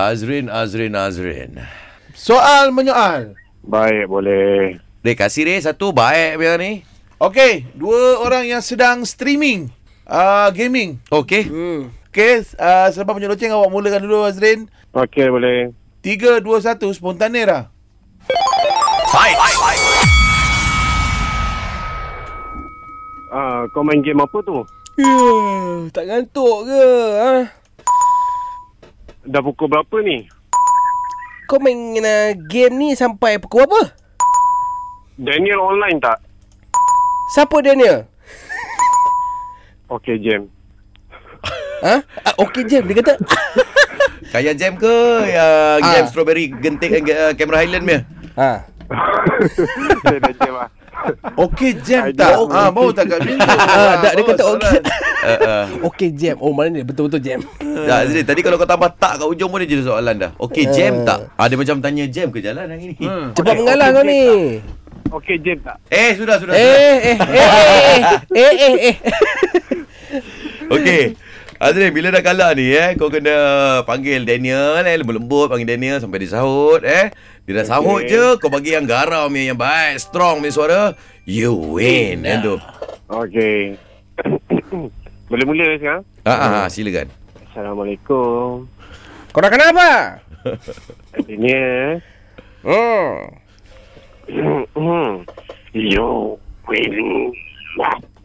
Azrin, Azrin, Azrin. Soal menyoal. Baik, boleh. Dia kasih dia satu baik biar ni. Okey, dua orang yang sedang streaming uh, gaming. Okey. Hmm. Okey, uh, selepas penyeloceng awak mulakan dulu Azrin. Okey, boleh. 3 2 1 spontanera. Ah, kau main game apa tu? Uh, tak ngantuk ke? Ha? Dah pukul berapa ni? Kau main uh, game ni sampai pukul apa? Daniel online tak? Siapa Ha? Daniel? Okey, jam. Ha? Ah, Okey Jam, dia kata. Kaya jam ke uh, jam Ah. strawberry genting uh, Camera Highland punya? ha. Saya dah jam lah. Okey jam Idea. tak? Ah, baru tak kat pintu. Ah, tak, dia baru kata soalan. okey. Uh, uh. Okey Jam. Oh, mana dia betul-betul Jam. Dah Azrin Tadi kalau kau tambah tak kat ujung pun Dia jadi soalan dah Eh. Okey jam tak ah, Dia macam tanya jam ke jalan hari ni Hmm. Cepat mengalah kau ni. Okey, jam tak? Eh sudah sudah, sudah. Eh, eh, eh, eh, eh, eh, eh. Okey Azrin bila dah kalah ni eh Kau kena panggil Daniel eh Lembut-lembut panggil Daniel Sampai dia sahut eh Dia dah sahut Okey. je Kau bagi yang garau punya Yang baik Strong punya suara You win Kan ya. tu Okey. boleh mula sekarang? Ah, ah, silakan Assalamualaikum. Kau dah kenapa? Daniel. Hmm. Hmm. you will not